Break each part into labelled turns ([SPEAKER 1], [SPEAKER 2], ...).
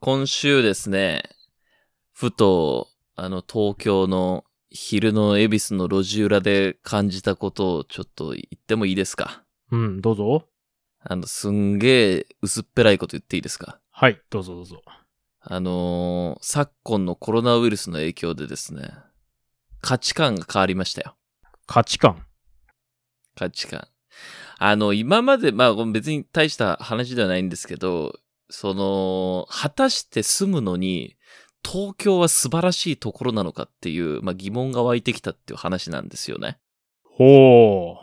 [SPEAKER 1] 今週ですね、ふと、あの、東京の昼の恵比寿の路地裏で感じたことをちょっと言ってもいいですか
[SPEAKER 2] うん、どうぞ。
[SPEAKER 1] あの、すんげえ薄っぺらいこと言っていいですか
[SPEAKER 2] はい、どうぞどうぞ。
[SPEAKER 1] あのー昨今のコロナウイルスの影響でですね、価値観が変わりましたよ。
[SPEAKER 2] 価値観。
[SPEAKER 1] 価値観。あの、今まで、まあこれ別に大した話ではないんですけど、その、果たして住むのに、東京は素晴らしいところなのかっていう、まあ疑問が湧いてきたっていう話なんですよね。
[SPEAKER 2] ほ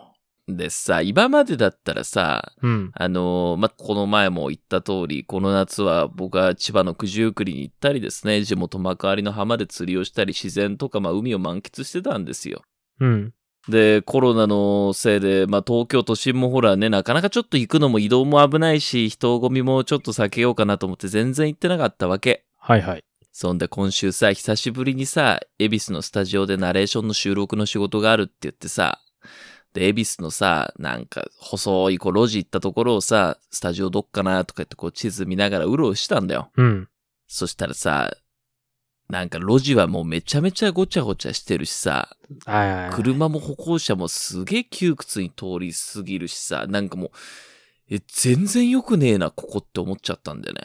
[SPEAKER 1] でさ、今までだったらさ、
[SPEAKER 2] う。うん。
[SPEAKER 1] あのーまあ、この前も言った通り、この夏は僕は千葉の九十九里に行ったりですね、地元幕張の浜で釣りをしたり、自然とか、まあ、海を満喫してたんですよ。
[SPEAKER 2] うん。
[SPEAKER 1] で、コロナのせいで、まあ、東京都心もほらね、なかなかちょっと行くのも移動も危ないし、人混みもちょっと避けようかなと思って全然行ってなかったわけ。
[SPEAKER 2] はいはい。
[SPEAKER 1] そんで今週さ、久しぶりにさ、恵比寿のスタジオでナレーションの収録の仕事があるって言ってさ、で、恵比寿のさ、なんか細いこう路地行ったところをさ、スタジオどっかなとか言ってこう地図見ながらうろうろしたんだよ。
[SPEAKER 2] うん。
[SPEAKER 1] そしたらさ、なんか路地はもうめちゃめちゃごちゃごちゃしてるしさ、
[SPEAKER 2] はいはいはい。
[SPEAKER 1] 車も歩行者もすげえ窮屈に通り過ぎるしさ、なんかもう、え、全然良くねえな、ここって思っちゃったんだよね。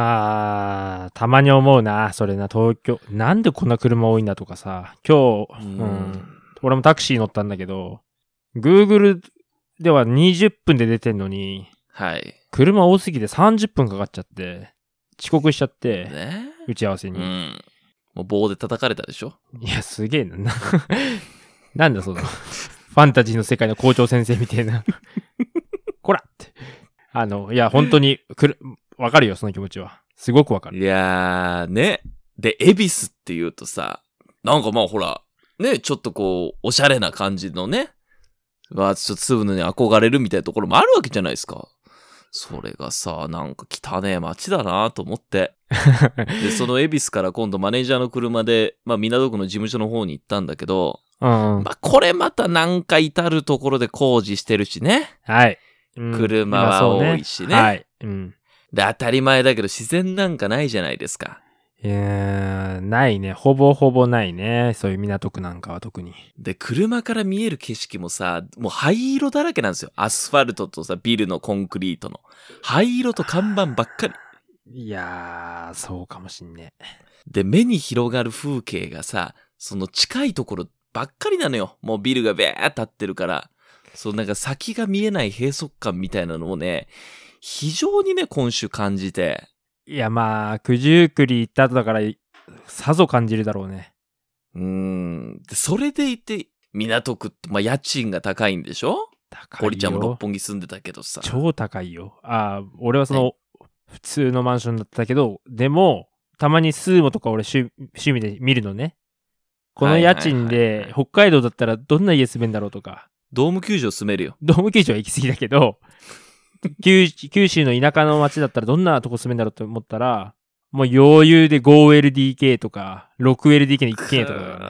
[SPEAKER 2] あー、たまに思うな、それな、東京。なんでこんな車多いんだとかさ。今日、うん。俺もタクシー乗ったんだけど、Google では20分で出てんのに、
[SPEAKER 1] はい。
[SPEAKER 2] 車多すぎて30分かかっちゃって、遅刻しちゃって、
[SPEAKER 1] ね
[SPEAKER 2] 打ち合わせ
[SPEAKER 1] う
[SPEAKER 2] に。
[SPEAKER 1] ん。もう棒で叩かれたでしょ
[SPEAKER 2] いや、すげえな。な なんだその、ファンタジーの世界の校長先生みたいな。 こらって。あの、いや、本当に、くる、わかるよ、その気持ちは。すごくわかる。
[SPEAKER 1] いやー、ね。で、恵比寿って言うとさ、なんかまあほら、ね、ちょっとこう、おしゃれな感じのね、まあちょっと住むのに憧れるみたいなところもあるわけじゃないですか。それがさ、なんか汚ねえ街だなと思 って。で、その恵比寿から今度マネージャーの車で、まあ、港区の事務所の方に行ったんだけど、
[SPEAKER 2] うんうん。
[SPEAKER 1] まあ、これまたなんか至るところで工事してるしね。
[SPEAKER 2] はい。うん
[SPEAKER 1] 車は多いしね
[SPEAKER 2] 今そうはい。うん。
[SPEAKER 1] で、当たり前だけど自然なんかないじゃないですか。
[SPEAKER 2] いやーないね。ほぼほぼないね。そういう港区なんかは特に。
[SPEAKER 1] で、車から見える景色もさ、もう灰色だらけなんですよ。アスファルトとさ、ビルのコンクリートの。灰色と看板ばっかり。
[SPEAKER 2] いやー、そうかもしんね。
[SPEAKER 1] で、目に広がる風景がさ、その近いところばっかりなのよ。もうビルがべーって立ってるから。そう、なんか先が見えない閉塞感みたいなのをね、非常にね、今週感じて。
[SPEAKER 2] いや、まあ、九十九里行った後だから、さぞ感じるだろうね。
[SPEAKER 1] うーん。でそれでいて、港区って、まあ、家賃が高いんでしょ
[SPEAKER 2] 高いよ。
[SPEAKER 1] 堀ちゃんも六本木住んでたけどさ。
[SPEAKER 2] 超高いよ。ああ、俺はその、普通のマンションだったけど、でも、たまにスーモとか俺趣趣味で見るのね。この家賃
[SPEAKER 1] はいはいはい
[SPEAKER 2] で、北海道だったらどんな家住めんだろうとか、
[SPEAKER 1] ドーム球場住めるよ。
[SPEAKER 2] ドーム球場は行き過ぎだ けど、九九州の田舎の町だったらどんなとこ住めんだろうと思ったら、もう余裕で 5LDK とか、6LDK の一軒家とかだ よね。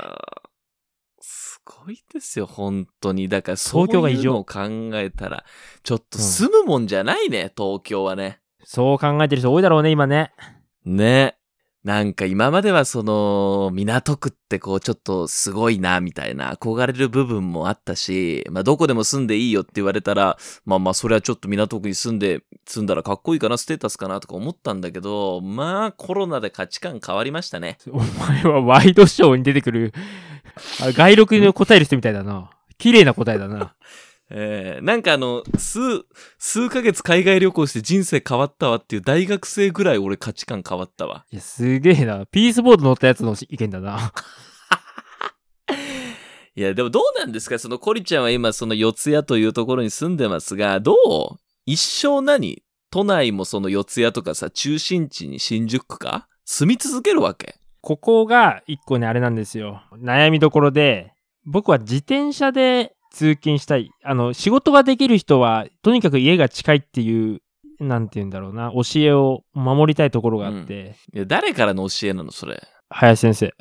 [SPEAKER 1] すごいですよ、本当に。だから、そう
[SPEAKER 2] 東京が
[SPEAKER 1] い
[SPEAKER 2] 異
[SPEAKER 1] う
[SPEAKER 2] 常
[SPEAKER 1] のを考えたら、ちょっと住むもんじゃないね、東京はね。
[SPEAKER 2] そう考えてる人多いだろうね、今ね。
[SPEAKER 1] ね。なんか今まではその、港区ってこう、ちょっとすごいな、みたいな、憧れる部分もあったし、まあ、どこでも住んでいいよって言われたら、まあまあ、それはちょっと港区に住んで、住んだらかっこいいかな、ステータスかな、とか思ったんだけど、まあ、コロナで価値観変わりましたね。
[SPEAKER 2] お前はワイドショーに出てくる、あ外録に答える人みたいだな。綺麗な答えだな。
[SPEAKER 1] えー、なんかあの、数、数ヶ月海外旅行して人生変わったわっていう大学生ぐらい俺価値観変わったわ。
[SPEAKER 2] いや、すげえな。ピースボード乗ったやつの意見だな。
[SPEAKER 1] いや、でもどうなんですかそのコリちゃんは今その四谷というところに住んでますが、どう一生何都内もその四谷とかさ、中心地に新宿区か住み続けるわけ
[SPEAKER 2] ここが一個ね、あれなんですよ。悩みどころで、僕は自転車で通勤したい。あの、仕事ができる人は、とにかく家が近いっていう、なんて言うんだろうな、教えを守りたいところがあって、
[SPEAKER 1] いや、誰からの教えなのそれ。
[SPEAKER 2] 林先生。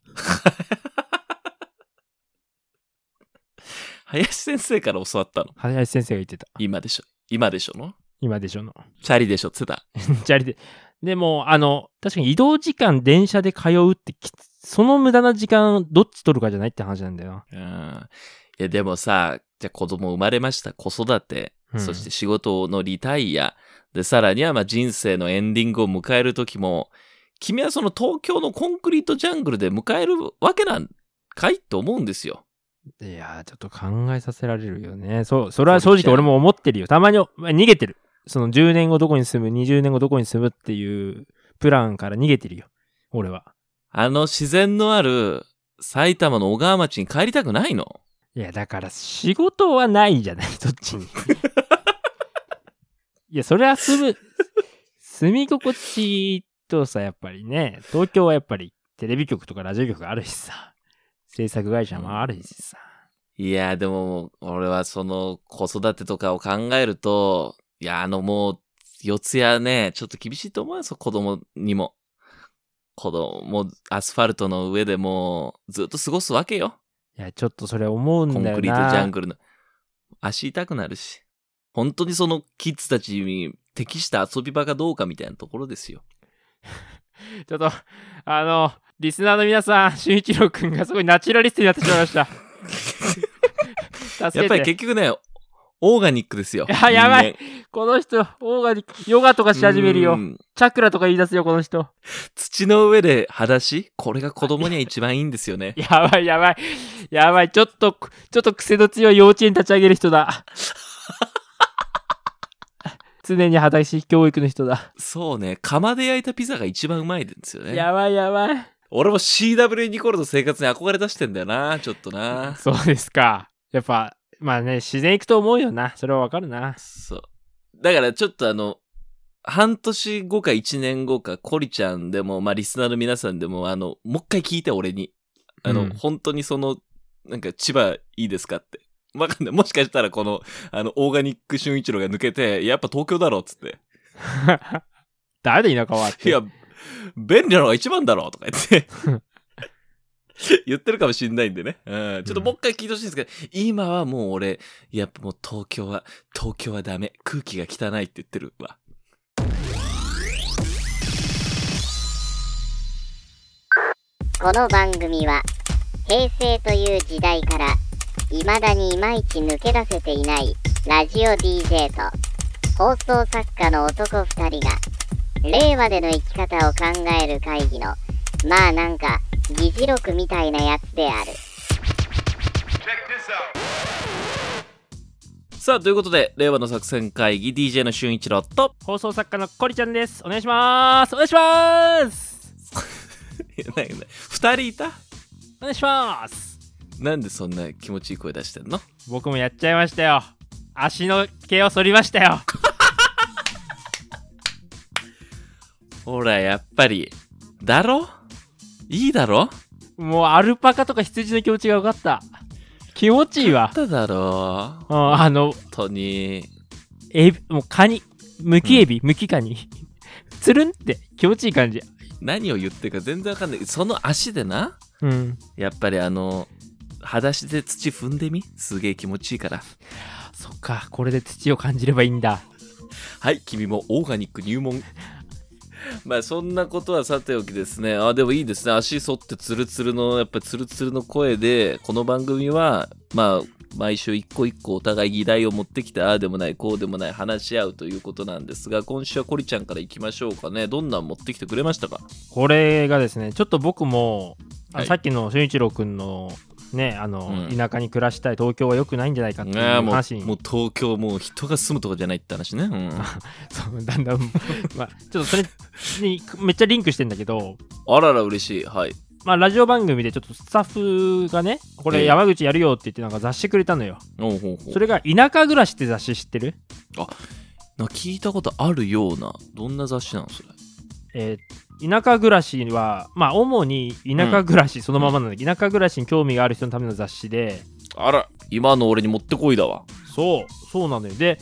[SPEAKER 1] 林先生から教わったの
[SPEAKER 2] 林先生が言ってた。
[SPEAKER 1] 今でしょ今でしょの
[SPEAKER 2] 今でしょの。
[SPEAKER 1] チャリでしょって言ってた。
[SPEAKER 2] チャリで、でも、あの、確かに移動時間電車で通うってきつその無駄な時間どっち取るかじゃないって話なんだよな。
[SPEAKER 1] うん。いや、でもさ、じゃあ子供生まれました、子育て、
[SPEAKER 2] うん
[SPEAKER 1] そして仕事のリタイア、で、さらにはまあ人生のエンディングを迎える時も、君はその東京のコンクリートジャングルで迎えるわけなんかいと思うんですよ。
[SPEAKER 2] いやー、ちょっと考えさせられるよね。そう、それは正直俺も思ってるよ。たまに、まあ逃げてる。その10年後どこに住む、20年後どこに住むっていうプランから逃げてるよ。俺は。
[SPEAKER 1] あの自然のある埼玉の小川町に帰りたくないの
[SPEAKER 2] いや、だから仕事はないじゃない、 どっちに。いや、それは住む、住み心地とさ、やっぱりね、東京はやっぱりテレビ局とかラジオ局あるしさ、制作会社もあるしさ。
[SPEAKER 1] いや、でも、俺はその子育てとかを考えると、いや、あのもう、四谷ね、ちょっと厳しいと思うよ、そ子供にも。子供、もうアスファルトの上でもう、ずっと過ごすわけよ。
[SPEAKER 2] いや、ちょっとそれ思うん
[SPEAKER 1] コン
[SPEAKER 2] だよ
[SPEAKER 1] ク
[SPEAKER 2] な。
[SPEAKER 1] リートジャングルの。足痛くなるし。本当にそのキッズたちに適した遊び場かどうかみたいなところですよ。
[SPEAKER 2] ちょっと、あの、リスナーの皆さん、俊一郎くんがすごいナチュラリストになってしまいま した。助けて
[SPEAKER 1] やっぱり結局ね、オーガニックですよ。
[SPEAKER 2] あやばいこの人、オーガニック、ヨガとか
[SPEAKER 1] 人間。
[SPEAKER 2] し始める
[SPEAKER 1] う
[SPEAKER 2] よ。
[SPEAKER 1] ん
[SPEAKER 2] チャクラとか言い出すよ、この人。
[SPEAKER 1] 土の上で裸足これが子供には一番いいんです よね。
[SPEAKER 2] やばい、やばい。やばい、ちょっと、ちょっと癖の強い幼稚園立ち上げる人だ。 常に裸足教育の人だ。
[SPEAKER 1] そうね。釜で焼いたピザが一番うまいですよね。
[SPEAKER 2] やばい、やばい。
[SPEAKER 1] 俺も CW ニコルの生活に憧れ出してんだよな。ちょっとな。
[SPEAKER 2] そうですか。やっぱ、まあね、自然行くと思うよな。それはわかるな。
[SPEAKER 1] そう。だからちょっとあの、半年後か一年後か、コリちゃんでも、まあリスナーの皆さんでも、あの、もう一回聞いて俺に。あの、
[SPEAKER 2] うん
[SPEAKER 1] 本当にその、なんか千葉いいですかって。わかんない。もしかしたらこの、あの、オーガニック俊一郎が抜けて、やっぱ東京だろっつって。
[SPEAKER 2] 誰で田舎はって。
[SPEAKER 1] いや、便利なのが一番だろうとか言 って。言ってるかもしんないんでね。うん。ちょっともう一回聞いてほしいんですけど、今はもう俺、やっぱもう東京は、東京はダメ。空気が汚いって言ってるわ。
[SPEAKER 3] この番組は平成という時代から未だにいまいち抜け出せていないラジオ DJ と放送作家の男2人が令和での生き方を考える会議のまあなんか議事録みたいなやつである。
[SPEAKER 1] さあ、ということで、令和の作戦会議 DJ の俊一郎と、
[SPEAKER 2] 放送作家のコリちゃんです。お願いします。お願いします。
[SPEAKER 1] いやなんかね二人いた
[SPEAKER 2] お願いします。
[SPEAKER 1] なんでそんな気持ちいい声出してんの
[SPEAKER 2] 僕もやっちゃいましたよ。足の毛を剃りましたよ。
[SPEAKER 1] ほら、やっぱり、だろいいだろ
[SPEAKER 2] もうアルパカとか羊の気持ちが分かった。気持ちい いわ。
[SPEAKER 1] だだろ
[SPEAKER 2] うん、あの、
[SPEAKER 1] 本当に。
[SPEAKER 2] エビ、もうカニ、ムキエビ、ムキカニ。 つるんって気持ちいい感じ。
[SPEAKER 1] 何を言ってるか全然わかんない。その足でな、
[SPEAKER 2] うん。
[SPEAKER 1] やっぱりあの、裸足で土踏んでみすげえ気持ちいいから。
[SPEAKER 2] そっか、これで土を感じればいいんだ。
[SPEAKER 1] はい、君もオーガニック入門。 まあそんなことはさておきですね。あ、でもいいですね。足反ってツルツルの、やっぱツルツルの声で、この番組は、まあ、毎週一個一個お互い議題を持ってきて、ああでもない、こうでもない、話し合うということなんですが、今週はコリちゃんから行きましょうかね。どんなん持ってきてくれましたか
[SPEAKER 2] これがですねちょっと僕も、あの
[SPEAKER 1] はい
[SPEAKER 2] さっきの俊一郎君のねあの、
[SPEAKER 1] うん
[SPEAKER 2] 田舎に暮らしたい東京は良くないんじゃないかっていう
[SPEAKER 1] ねえもう
[SPEAKER 2] 話に、
[SPEAKER 1] もう東京、もう人が住むとこじゃないって話ね。 うん。
[SPEAKER 2] そうだんだん、 まあ、ちょっとそれにめっちゃリンクしてんだけど、
[SPEAKER 1] あらら、嬉しい。はい。
[SPEAKER 2] まあ、ラジオ番組でちょっとスタッフがねこ
[SPEAKER 1] え
[SPEAKER 2] れ
[SPEAKER 1] え
[SPEAKER 2] 山口やるよって言ってなんか雑誌くれたのよ、
[SPEAKER 1] おうほうほう
[SPEAKER 2] それが「田舎暮らし」って雑誌知ってる
[SPEAKER 1] なんか聞いたことあるようなどんな雑誌なのそれ
[SPEAKER 2] えー田舎暮らしは、まあ、主に田舎暮らしそのままなんだけど、田舎暮らしに興味がある人のための雑誌で、
[SPEAKER 1] あら今の俺に持ってこいだわ
[SPEAKER 2] そうそうなのよで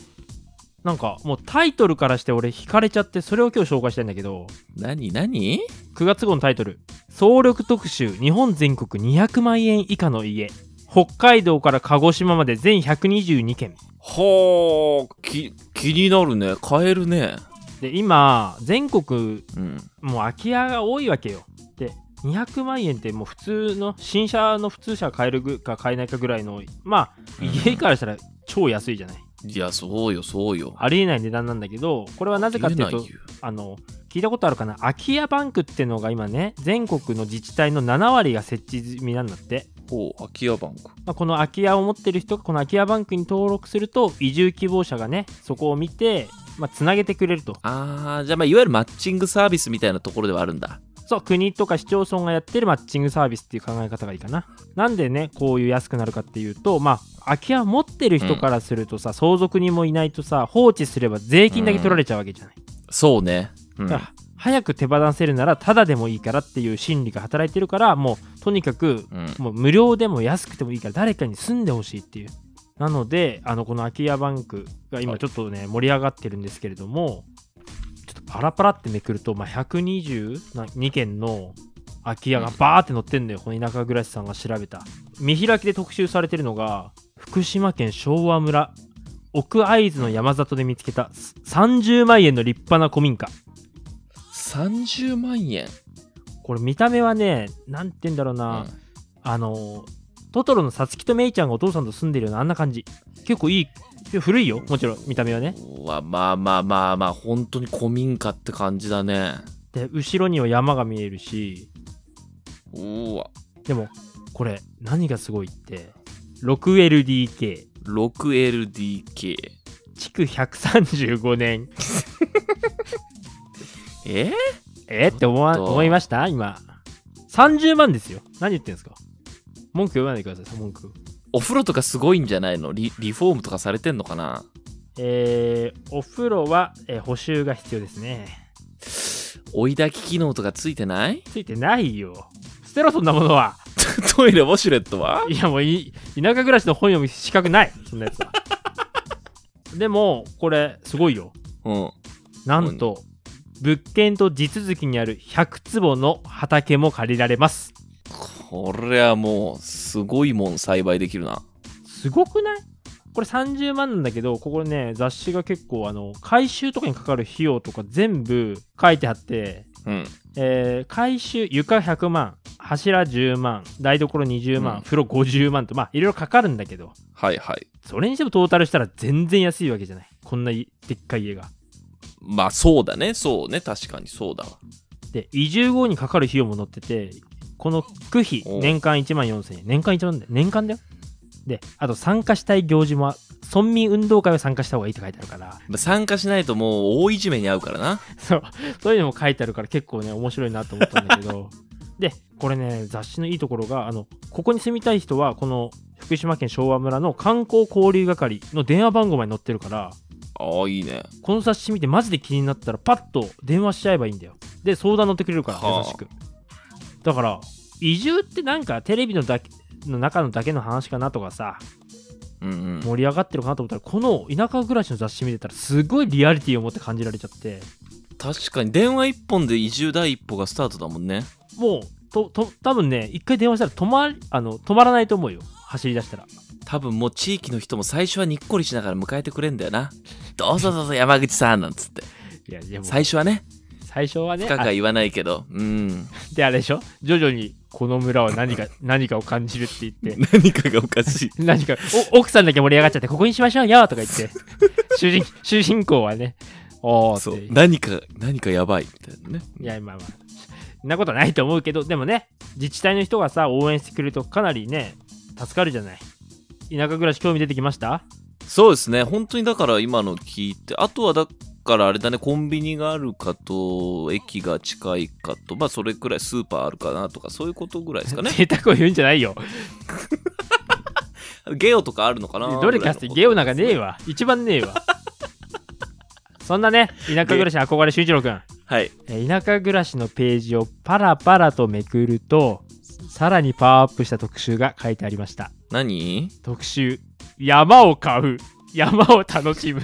[SPEAKER 2] なんかもうタイトルからして俺惹かれちゃってそれを今日紹介したいんだけど
[SPEAKER 1] 何何
[SPEAKER 2] 9月号のタイトル「総力特集日本全国200万円以下の家」北海道から鹿児島まで全122件
[SPEAKER 1] はあき気になるね買えるね
[SPEAKER 2] で今全国
[SPEAKER 1] うん。
[SPEAKER 2] もう空き家が多いわけよで200万円ってもう普通の新車の普通車買えるぐか買えないかぐらいのまあ
[SPEAKER 1] うん
[SPEAKER 2] 家からしたら超安いじゃない、
[SPEAKER 1] いや、そうよ、そうよ。
[SPEAKER 2] ありえない値段なんだけどこれはなぜかってい
[SPEAKER 1] 言
[SPEAKER 2] うと
[SPEAKER 1] えないよ
[SPEAKER 2] あの聞いたことあるかな空き家バンクってのが今ね全国の自治体の7割が設置済みなんだって、
[SPEAKER 1] ほう、空き家バンク。
[SPEAKER 2] まあ、この空き家を持ってる人がこの空き家バンクに登録すると移住希望者がねそこを見てまあつなげてくれると
[SPEAKER 1] あー、じゃあ、まあ、いわゆるマッチングサービスみたいなところではあるんだ。
[SPEAKER 2] そう国とか市町村がやってるマッチングサービスっていう考え方がいいかななんでねこういう安くなるかっていうとまあ空き家を持ってる人からするとさ、相続人もいないとさ放置すれば税金だけ取られちゃうわけじゃない、
[SPEAKER 1] そうね。うん
[SPEAKER 2] だ。から早く手放せるならタダでもいいからっていう心理が働いてるからもうとにかく
[SPEAKER 1] うん、
[SPEAKER 2] もう無料でも安くてもいいから誰かに住んでほしいっていうなのであのこの空き家バンクが
[SPEAKER 1] は
[SPEAKER 2] 今
[SPEAKER 1] い
[SPEAKER 2] ちょっとね、盛り上がってるんですけれどもちょっとパラパラってめくると、まあ、122件の空き家がバーって載ってんのよ、この田舎暮らしさんが調べた見開きで特集されてるのが福島県昭和村奥会津の山里で見つけた30万円の立派な古民家
[SPEAKER 1] 30万円。
[SPEAKER 2] これ見た目はねなんて言うんだろうな、
[SPEAKER 1] うん
[SPEAKER 2] あのトトロのサツキとメイちゃんがお父さんと住んでるようなあんな感じ結構いい古いよもちろん見た目はね
[SPEAKER 1] うわまあまあまあまあ本当に古民家って感じだね
[SPEAKER 2] で後ろには山が見えるし
[SPEAKER 1] うわ
[SPEAKER 2] でもこれ何がすごいって 6LDK
[SPEAKER 1] 6LDK
[SPEAKER 2] 築135年
[SPEAKER 1] え
[SPEAKER 2] えって思
[SPEAKER 1] ち
[SPEAKER 2] わ
[SPEAKER 1] ょっと
[SPEAKER 2] 思いました今30万ですよ何言ってんですか文句言わないでください文句
[SPEAKER 1] お風呂とかすごいんじゃないのリリフォームとかされてんのかな
[SPEAKER 2] えー、お風呂は、えー補修が必要ですね
[SPEAKER 1] 追い焚き機能とかついてない
[SPEAKER 2] ついてないよ捨てろそんなものは
[SPEAKER 1] トイレウォシュレットはい
[SPEAKER 2] やもう い田舎暮らしの本読む資格ないそんなや つはでもこれすごいよ
[SPEAKER 1] うん
[SPEAKER 2] なんと物件と地続きにある100坪の畑も借りられます
[SPEAKER 1] これはもうすごいもん栽培できるな
[SPEAKER 2] すごくないこれ30万なんだけどここね雑誌が結構あの回収とかにかかる費用とか全部書いてあって、
[SPEAKER 1] うん
[SPEAKER 2] えー回収床100万柱10万台所20万、
[SPEAKER 1] うん
[SPEAKER 2] 風呂50万とまあいろいろかかるんだけど
[SPEAKER 1] はいはい
[SPEAKER 2] それにしてもトータルしたら全然安いわけじゃないこんないでっかい家が
[SPEAKER 1] まあそうだねそうね確かにそうだわ
[SPEAKER 2] で移住後にかかる費用も載っててこの区費
[SPEAKER 1] おう
[SPEAKER 2] 年間1万4000円年間1万だよ年間だよであと参加したい行事も村民運動会は参加した方がいいって書いてあるから
[SPEAKER 1] まあ参加しないともう大いじめに遭うからな
[SPEAKER 2] そうそういうのも書いてあるから結構ね面白いなと思ったんだ けどでこれね雑誌のいいところがあのここに住みたい人はこの福島県昭和村の観光交流係の電話番号まで載ってるから
[SPEAKER 1] ああいいね
[SPEAKER 2] この冊子見てマジで気になったらパッと電話しちゃえばいいんだよで相談乗ってくれるから
[SPEAKER 1] はあ
[SPEAKER 2] 優しくだから移住ってなんかテレビのだけの中のだけの話かなとかさ
[SPEAKER 1] うんうん
[SPEAKER 2] 盛り上がってるかなと思ったらこの田舎暮らしの雑誌見てたらすごいリアリティを持って感じられちゃって
[SPEAKER 1] 確かに電話一本で移住第一歩がスタートだもんね
[SPEAKER 2] もうとと多分ね一回電話したら止まりあの止まらないと思うよ走り出したら
[SPEAKER 1] 多分もう地域の人も最初はにっこりしながら迎えてくれんだよなどうぞどうぞ山口さんなんつって
[SPEAKER 2] いやいやもう
[SPEAKER 1] 最初はね
[SPEAKER 2] 最初はね
[SPEAKER 1] 深くは言わないけどうん
[SPEAKER 2] あであれでしょ徐々にこの村は何か何かを感じるって言って
[SPEAKER 1] 何かがおかしい
[SPEAKER 2] 何かお奥さんだけ盛り上がっちゃってここにしましょうよとか言って 主人主人公はねおおって
[SPEAKER 1] そう
[SPEAKER 2] い
[SPEAKER 1] 何か何かやばいみたいなね
[SPEAKER 2] やまあまあそんなことはないと思うけどでもね自治体の人がさ応援してくれるとかなりね助かるじゃない田舎暮らし興味出てきました
[SPEAKER 1] そうですね本当にだから今の聞いてあとはだからあれだねコンビニがあるかと駅が近いかとまあそれくらいスーパーあるかなとかそういうことぐらいですか ね
[SPEAKER 2] 贅沢を言うんじゃないよ
[SPEAKER 1] ゲオとかあるのかな
[SPEAKER 2] どれかしてゲオなんかねえわ一番 ねえわそんなね田舎暮らしに憧れ俊一郎くん
[SPEAKER 1] はい
[SPEAKER 2] えー田舎暮らしのページをパラパラとめくるとさらにパワーアップした特集が書いてありました
[SPEAKER 1] 何
[SPEAKER 2] 特集山を買う山を楽しむ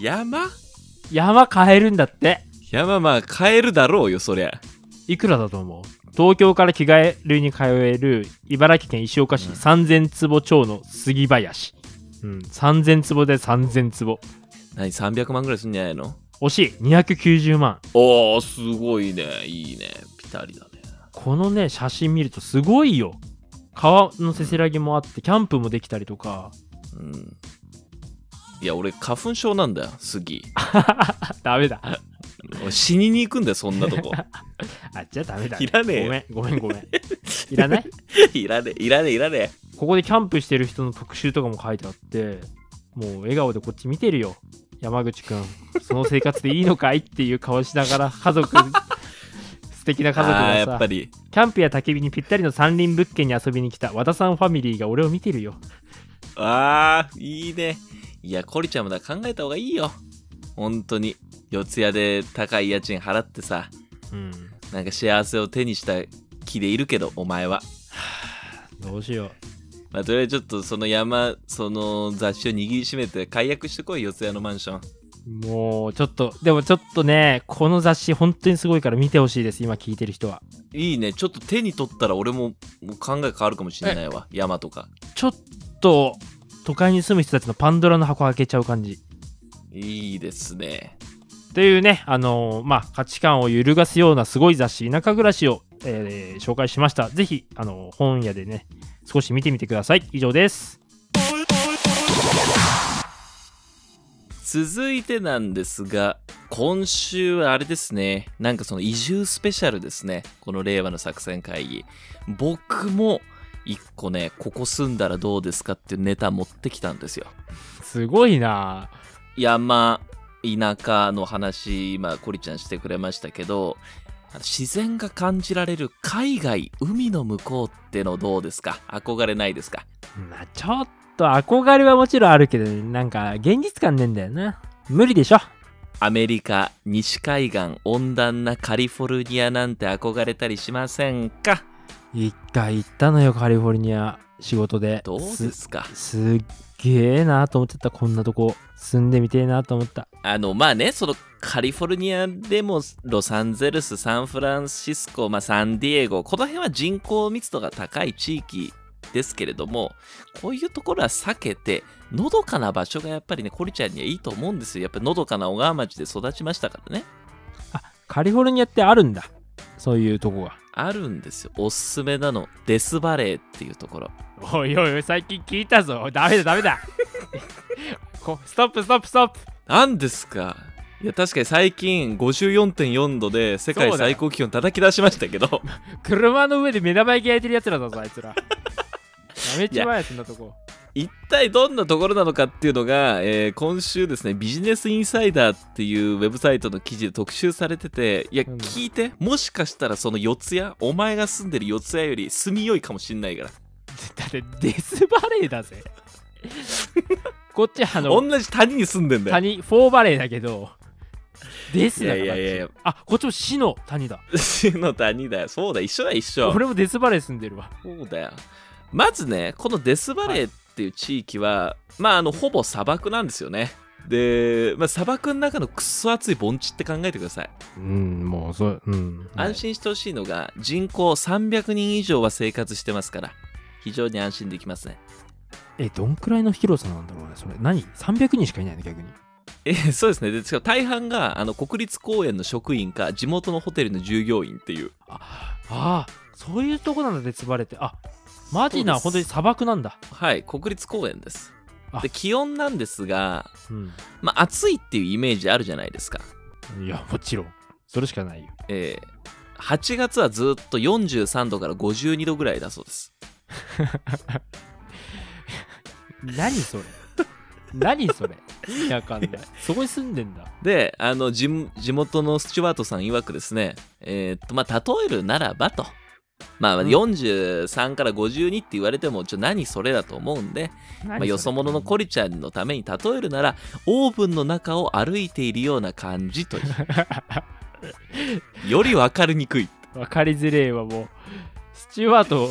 [SPEAKER 1] 山
[SPEAKER 2] 山買えるんだって
[SPEAKER 1] 山まあ買えるだろうよそりゃ
[SPEAKER 2] いくらだと思う東京から着替えるに通える茨城県石岡市3000坪超の杉林うん、3000坪で3000坪。
[SPEAKER 1] 何300万ぐらいすんじゃないの
[SPEAKER 2] 惜しい !290 万。
[SPEAKER 1] おー、すごいね。いいね。ピタリだね。
[SPEAKER 2] このね、写真見るとすごいよ。川のせせらぎもあって、キャンプもできたりとか。
[SPEAKER 1] うん。いや、俺、花粉症なんだよ、杉。
[SPEAKER 2] ダメだ。あ、
[SPEAKER 1] 俺死にに行くんだよ、そんなとこ。
[SPEAKER 2] じゃあダメだ、
[SPEAKER 1] いらねえよ
[SPEAKER 2] ごめん、ごめん、ごめん。いらない
[SPEAKER 1] いらねえ、いらねえ、いらね
[SPEAKER 2] ここでキャンプしてる人の特集とかも書いてあって、もう笑顔でこっち見てるよ。山口くん、その生活でいいのかいっていう顔しながら、家族、 素敵な
[SPEAKER 1] え。
[SPEAKER 2] 家族
[SPEAKER 1] ああー、や
[SPEAKER 2] が
[SPEAKER 1] っぱ
[SPEAKER 2] さ、
[SPEAKER 1] り。
[SPEAKER 2] キャンプや焚き火にぴったりの山林物件に遊びに来た和田さんファミリーが俺を見てるよ。
[SPEAKER 1] ああ、いいね。いや、コリちゃんもだ、考えた方がいいよ。本当に。四谷で高い家賃払ってさ、
[SPEAKER 2] うん。
[SPEAKER 1] なんか幸せを手にした気でいるけど、お前は。
[SPEAKER 2] どうしよ
[SPEAKER 1] まあ、とりあえずちょっとその山、その雑誌を握りしめて解約してこい、四谷のマンション。
[SPEAKER 2] う。もう、ちょっと、でもちょっとね、この雑誌本当にすごいから見てほしいです、今聞いてる人は。
[SPEAKER 1] いいね。ちょっと手に取ったら俺ももう考え変わるかもしれないわ。山とか。
[SPEAKER 2] ちょっと、都会に住む人たちのパンドラの箱開けちゃう感じ。
[SPEAKER 1] いいですね。
[SPEAKER 2] というね、あのーまあ、価値観を揺るがすようなすごい雑誌、田舎暮らしを、えー紹介しました。ぜひ、あのー本屋でね、少し見てみてください。以上です。
[SPEAKER 1] 続いてなんですが、今週はあれですね。なんかその移住スペシャルですね。この令和の作戦会議。僕も一個ね、ここ住んだらどうですかっていうネタ持ってきたんですよ。
[SPEAKER 2] すごいな
[SPEAKER 1] 山田舎の話今コリちゃんしてくれましたけどあの自然が感じられる海外海の向こうってのどうですか憧れないですか
[SPEAKER 2] まあ、ちょっと憧れはもちろんあるけど、なんか、現実感ねえんだよな。無理でしょ。
[SPEAKER 1] アメリカ西海岸温暖なカリフォルニアなんて憧れたりしませんか
[SPEAKER 2] 一回行ったのよ、カリフォルニア、仕事で。
[SPEAKER 1] どうですか
[SPEAKER 2] すすっげえなと思っちゃった。こんなとこ、住んでみてえなと思った。
[SPEAKER 1] あのまあねそのカリフォルニアでもロサンゼルスサンフランシスコ、まあ、サンディエゴこの辺は人口密度が高い地域ですけれどもこういうところは避けてのどかな場所がやっぱりねコリちゃんにはいいと思うんですよやっぱりのどかな小川町で育ちましたからね
[SPEAKER 2] カリフォルニアってあるんだ。そういうとこが。
[SPEAKER 1] あるんですよおすすめなのデスバレーっていうところ
[SPEAKER 2] おいおいおい最近聞いたぞダメだダメだこストップストップストップ
[SPEAKER 1] なんですかいや確かに最近54.4度で世界
[SPEAKER 2] そうだよ
[SPEAKER 1] 最高気温叩き出しましたけど
[SPEAKER 2] 車の上で目玉焼き焼いてるやつらだぞあいつらやめちまえそんなとこ
[SPEAKER 1] 一体どんなところなのかっていうのが、えー今週ですねビジネスインサイダーっていうウェブサイトの記事で特集されてていや
[SPEAKER 2] うん
[SPEAKER 1] 聞いてもしかしたらその四谷お前が住んでる四谷より住みよいかもしんないから
[SPEAKER 2] だってデスバレーだぜこっちあの
[SPEAKER 1] 同じ谷に住んでんだよ
[SPEAKER 2] 谷フォーバレーだけどデス
[SPEAKER 1] い
[SPEAKER 2] だ
[SPEAKER 1] や
[SPEAKER 2] から
[SPEAKER 1] いやいやいや
[SPEAKER 2] あこっちも死の谷だ
[SPEAKER 1] 死の谷だよそうだ一緒だ一緒
[SPEAKER 2] 俺もデスバレー住んでるわ
[SPEAKER 1] そうだよまずねこのデスバレーっていう地域は、まああのほぼ砂漠なんですよねで、まあ、砂漠の中のくっそ暑い盆地って考えてください
[SPEAKER 2] うんもうそううん
[SPEAKER 1] 安心してほしいのが人口300人以上は生活してますから非常に安心できますね
[SPEAKER 2] えどんくらいの広さなんだろうねそれ何300人しかいないの逆に
[SPEAKER 1] えそうですねでしかも大半があの国立公園の職員か地元のホテルの従業員っていう
[SPEAKER 2] ああーそういうとこなんだでつばれてあマジな
[SPEAKER 1] そう
[SPEAKER 2] 本
[SPEAKER 1] です
[SPEAKER 2] 当に砂漠なんだ
[SPEAKER 1] はい国立公園です
[SPEAKER 2] あ
[SPEAKER 1] で気温なんですが、
[SPEAKER 2] うん
[SPEAKER 1] まあ、暑いっていうイメージあるじゃないですか、
[SPEAKER 2] いやもちろんそれしかないよ
[SPEAKER 1] えー8月はずっと43度から52度ぐらいだそうです
[SPEAKER 2] 何そ れ何それ意味わかんないそこに住んでんだ
[SPEAKER 1] であの地地元のスチュワートさん曰くですねえーっとまあ例えるならばとまあ
[SPEAKER 2] うん
[SPEAKER 1] 43から52って言われてもちょ何それだと思うんで、まあ、よそ者のコ
[SPEAKER 2] リ
[SPEAKER 1] リちゃんのために例えるならオーブンの中を歩いているような感じというより分かりにくい
[SPEAKER 2] わかりづれえわもうスチュワートを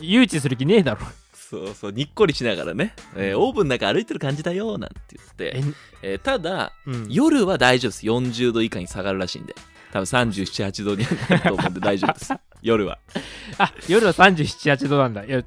[SPEAKER 2] 誘致する気ねえだろ
[SPEAKER 1] そうそうにっこりしながらね、えーオーブンの中歩いてる感じだよなんて言って、えーただ
[SPEAKER 2] うん
[SPEAKER 1] 夜は大丈夫です40度以下に下がるらしいんで多分378度になると思うんで大丈夫です夜は。
[SPEAKER 2] あ夜は37、8度なんだ。いや
[SPEAKER 1] ね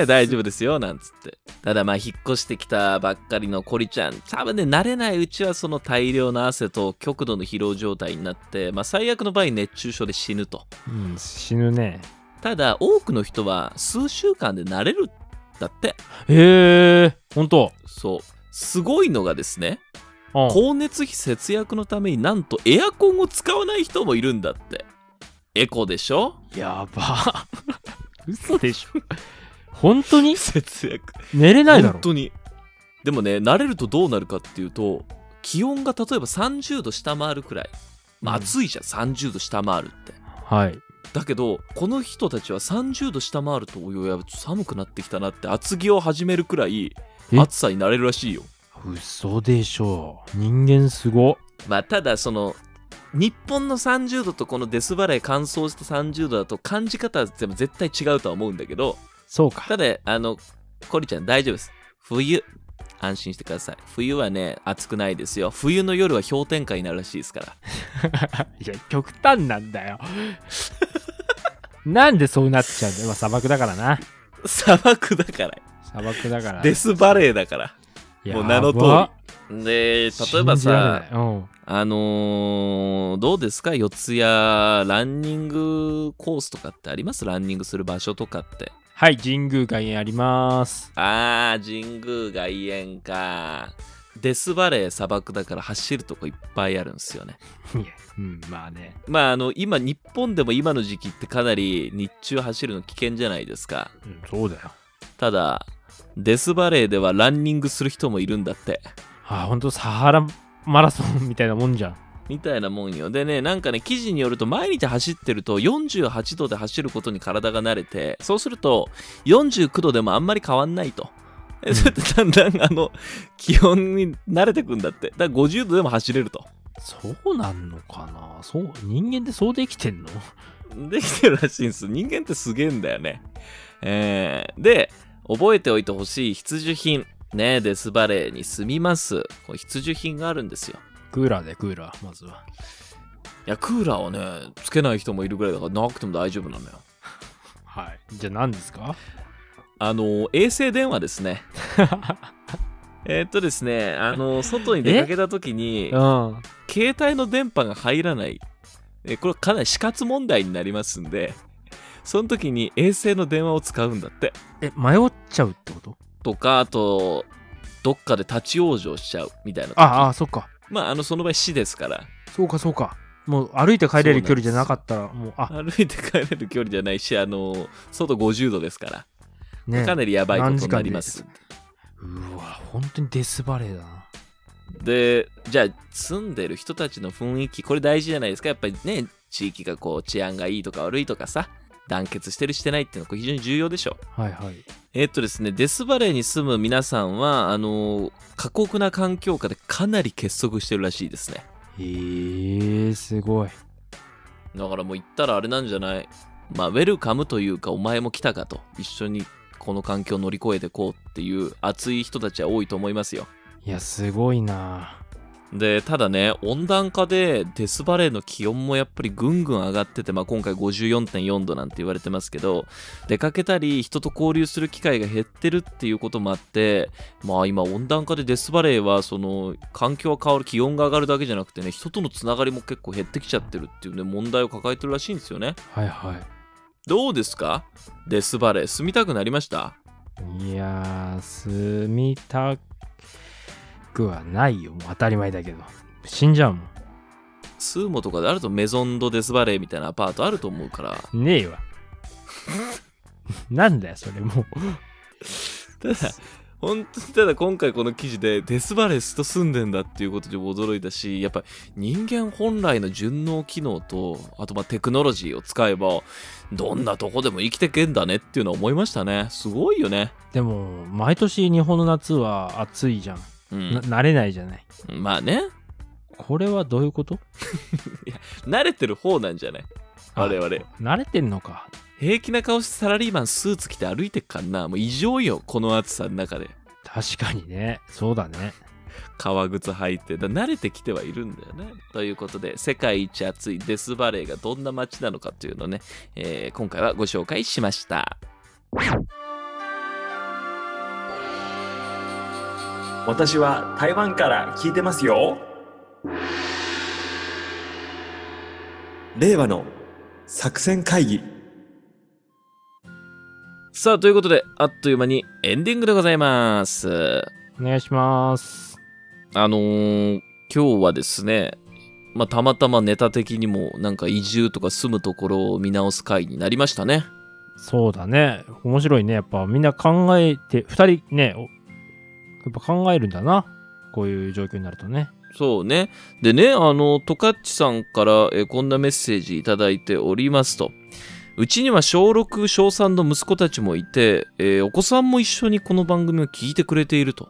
[SPEAKER 1] え、大丈夫ですよ、なんつって。ただまあ、引っ越してきたばっかりのコリちゃん、多分ね、慣れないうちはその大量の汗と極度の疲労状態になって、まあ、最悪の場合熱中症で死ぬと。
[SPEAKER 2] うん、死ぬね。
[SPEAKER 1] ただ、多くの人は数週間で慣れるんだって。
[SPEAKER 2] へえ、本当。
[SPEAKER 1] そう。すごいのがですね、
[SPEAKER 2] うん
[SPEAKER 1] 光熱費節約のためになんとエアコンを使わない人もいるんだって。エコでしょ
[SPEAKER 2] やば。嘘でしょ。本当に
[SPEAKER 1] 節約。
[SPEAKER 2] 寝れないだろ
[SPEAKER 1] 本。当にでもね慣れるとどうなるかっていうと気温が例えば30度下回るくらい、まあ、
[SPEAKER 2] うん
[SPEAKER 1] 暑いじゃん、30度下回るって
[SPEAKER 2] はい。
[SPEAKER 1] だけどこの人たちは30度下回るとおよやばい寒くなってきたなって厚着を始めるくらい
[SPEAKER 2] え
[SPEAKER 1] 暑さになれるらしいよ
[SPEAKER 2] 嘘でしょ。人間すご。
[SPEAKER 1] まあただその日本の30度とこのデスバレー乾燥した30度だと感じ方は全部絶対違うとは思うんだけど
[SPEAKER 2] そうか。
[SPEAKER 1] ただあのコリちゃん大丈夫です冬安心してください冬はね暑くないですよ冬の夜は氷点下になるらしいですから
[SPEAKER 2] いや、極端なんだよ。なんでそうなっちゃうんだよ。まあ砂漠だからな。
[SPEAKER 1] 砂漠だから
[SPEAKER 2] 砂漠だから。
[SPEAKER 1] デスバレーだから
[SPEAKER 2] やば
[SPEAKER 1] もう名の通りで例えば
[SPEAKER 2] 信じら
[SPEAKER 1] さ
[SPEAKER 2] れないうん。
[SPEAKER 1] あのーどうですか四谷ランニングコースとかってありますランニングする場所とかって
[SPEAKER 2] はい、神宮外苑あります。
[SPEAKER 1] あー神宮外苑かデスバレー砂漠だから走るとこいっぱいあるんですよね
[SPEAKER 2] いや、うん、まあね。
[SPEAKER 1] まああの今日本でも今の時期ってかなり日中走るの危険じゃないですか
[SPEAKER 2] うん、そうだよ。
[SPEAKER 1] ただデスバレーではランニングする人もいるんだって
[SPEAKER 2] あ、ほんとサハラマラソンみたいなもんじゃん。
[SPEAKER 1] みたいなもんよでねなんかね記事によると毎日走ってると48度で走ることに体が慣れてそうすると49度でもあんまり変わんないと
[SPEAKER 2] う
[SPEAKER 1] え
[SPEAKER 2] ん
[SPEAKER 1] そうやってだん だんあの気温に慣れてくんだってだから50度でも走れると
[SPEAKER 2] そうなんのかなそう、人間ってそうできてんの
[SPEAKER 1] できてるらしいんです人間ってすげえんだよね、えーで覚えておいてほしい必需品ねデスバレーに住みますこれ必需品があるんですよ
[SPEAKER 2] クーラーでクーラー、まずは。
[SPEAKER 1] いやクーラーをねつけない人もいるぐらいだからなくても大丈夫なのよ
[SPEAKER 2] はい。じゃあ何ですか
[SPEAKER 1] あの衛星電話ですね えーっとですねあの外に出かけた時に
[SPEAKER 2] うん。
[SPEAKER 1] 携帯の電波が入らないえこれかなり死活問題になりますんでその時に衛星の電話を使うんだって
[SPEAKER 2] え、迷っちゃうってこと
[SPEAKER 1] とかあとどっかで立ち往生しちゃうみたいな
[SPEAKER 2] ああ、そっか。
[SPEAKER 1] まああのその場合死ですから
[SPEAKER 2] そうか、そうか。もう歩いて帰れる距離じゃなかったら、もう、あ、
[SPEAKER 1] 歩いて帰れる距離じゃないしあの外50度ですから、
[SPEAKER 2] ね
[SPEAKER 1] かなりやばいことになります
[SPEAKER 2] うわ、本当にデスバレーだな。
[SPEAKER 1] でじゃあ住んでる人たちの雰囲気これ大事じゃないですかやっぱりね地域がこう治安がいいとか悪いとかさ団結してるしてないっていうのはこれ非常に重要でしょ
[SPEAKER 2] はいはい。
[SPEAKER 1] えっとですねデスバレーに住む皆さんはあの過酷な環境下でかなり結束してるらしいですね
[SPEAKER 2] えー、すごい。
[SPEAKER 1] だからもう言ったらあれなんじゃないまあウェルカムというかお前も来たかと一緒にこの環境を乗り越えてこうっていう熱い人たちは多いと思いますよ
[SPEAKER 2] いや、すごいな。
[SPEAKER 1] でただね温暖化でデスバレーの気温もやっぱりぐんぐん上がってて、まあ、今回54.4度なんて言われてますけど出かけたり人と交流する機会が減ってるっていうこともあってまあ今温暖化でデスバレーはその環境が変わる気温が上がるだけじゃなくてね人とのつながりも結構減ってきちゃってるっていうね問題を抱えてるらしいんですよね
[SPEAKER 2] はいは
[SPEAKER 1] どうですかデスバレー住みたくなりました
[SPEAKER 2] い。いやー、住みたくはないよ。もう当たり前だけど。死んじゃうも
[SPEAKER 1] スーモとかであるとメゾンドデスバレーみたいなアパートあると思うから
[SPEAKER 2] ん。ねえ わ。なんだよ、それもう。
[SPEAKER 1] ただ本当にただ今回この記事でデスバレスと住んでんだっていうことで驚いたしやっぱ人間本来の順応機能とあとまあテクノロジーを使えばどんなとこでも生きてけんだねっていうのは思いましたねすごいよね
[SPEAKER 2] でも、毎年日本の夏は暑いじゃん。
[SPEAKER 1] うん
[SPEAKER 2] な、慣れないじゃない。
[SPEAKER 1] まあね
[SPEAKER 2] これはどういうこと
[SPEAKER 1] 慣れてる方なんじゃない我々
[SPEAKER 2] 慣れてんのか。
[SPEAKER 1] 平気な顔してサラリーマンスーツ着て歩いてっかんなもう異常よこの暑さの中で
[SPEAKER 2] 確かにね。そうだね。
[SPEAKER 1] 革靴履いて、だ慣れてきてはいるんだよね。ということで、世界一暑いデスバレーがどんな街なのかというのをね、えー今回はご紹介しました。
[SPEAKER 4] 私は台湾から聞いてますよ令和の作戦会議
[SPEAKER 1] さあ、ということで、あっという間にエンディングでございます。
[SPEAKER 2] お願いします。
[SPEAKER 1] あのー今日はですね、まあ、たまたまネタ的にも、なんか移住とか住むところを見直す回になりましたね。
[SPEAKER 2] そうだね。面白いね。やっぱみんな考えて、二人ね、おやっぱ考えるんだな。こういう状況になるとね。
[SPEAKER 1] そうね。でね、あの、トカッチさんから、えーこんなメッセージいただいておりますと。うちには小6、小3の息子たちもいて、えーお子さんも一緒にこの番組を聞いてくれていると。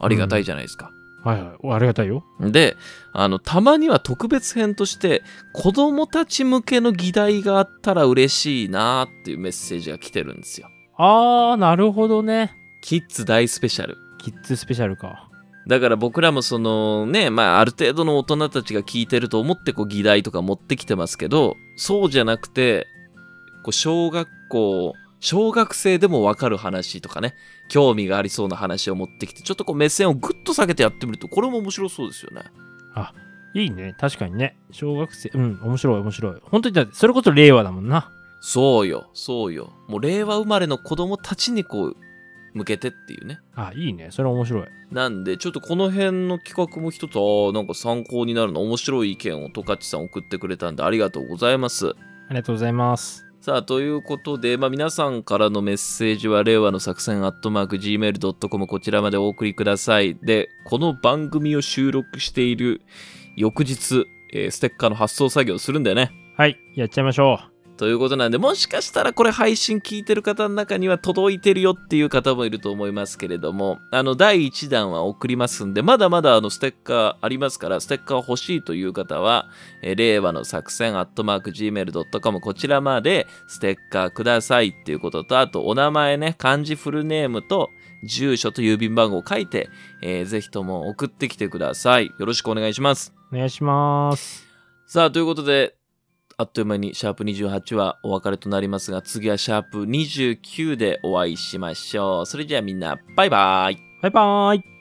[SPEAKER 1] ありがたいじゃないですか。
[SPEAKER 2] はいはい。ありがたいよ。
[SPEAKER 1] で、あの、たまには特別編として、子供たち向けの議題があったら嬉しいなーっていうメッセージが来てるんですよ。
[SPEAKER 2] あー、なるほどね。
[SPEAKER 1] キッズ大スペシャル。
[SPEAKER 2] キッズスペシャルか。
[SPEAKER 1] だから僕らもそのね、まあある程度の大人たちが聞いてると思ってこう議題とか持ってきてますけど、そうじゃなくて、こう小学校、小学生でもわかる話とかね、興味がありそうな話を持ってきて、ちょっとこう目線をぐっと下げてやってみると、これも面白そうですよね。
[SPEAKER 2] いいね。確かにね。小学生。うん、面白い面白い。本当にだって、それこそ令和だもんな。
[SPEAKER 1] そうよ、そうよ。もう令和生まれの子供たちにこう、向けてっていうね。
[SPEAKER 2] あ、いいね。それ面白い。
[SPEAKER 1] なんで、ちょっとこの辺の企画も一つ、あーなんか参考になるの面白い意見をトカチさん送ってくれたんでありがとうございます。
[SPEAKER 2] ありがとうございます。
[SPEAKER 1] さあということで、まあ、皆さんからのメッセージは令和の作戦アットマーク Gmail.com こちらまでお送りくださいでこの番組を収録している翌日、えーステッカーの発送作業するんだよね
[SPEAKER 2] はい。やっちゃいましょ
[SPEAKER 1] ということなんでもしかしたらこれ配信聞いてる方の中には届いてるよっていう方もいると思いますけれどもあの第1弾は送りますんでまだまだあのステッカーありますからステッカー欲しいという方は、えー令和の作戦アットマーク Gmail.com こちらまでステッカーくださいっていうこととあとお名前ね漢字フルネームと住所と郵便番号を書いて、えーぜひとも送ってきてくださいよろしくお願いします
[SPEAKER 2] う。お願いします。
[SPEAKER 1] さあ、ということで、あっという間にシャープ28はお別れとなりますが、次はシャープ29でお会いしましょう。それじゃあみんな、バイバイ
[SPEAKER 2] バイバーイ。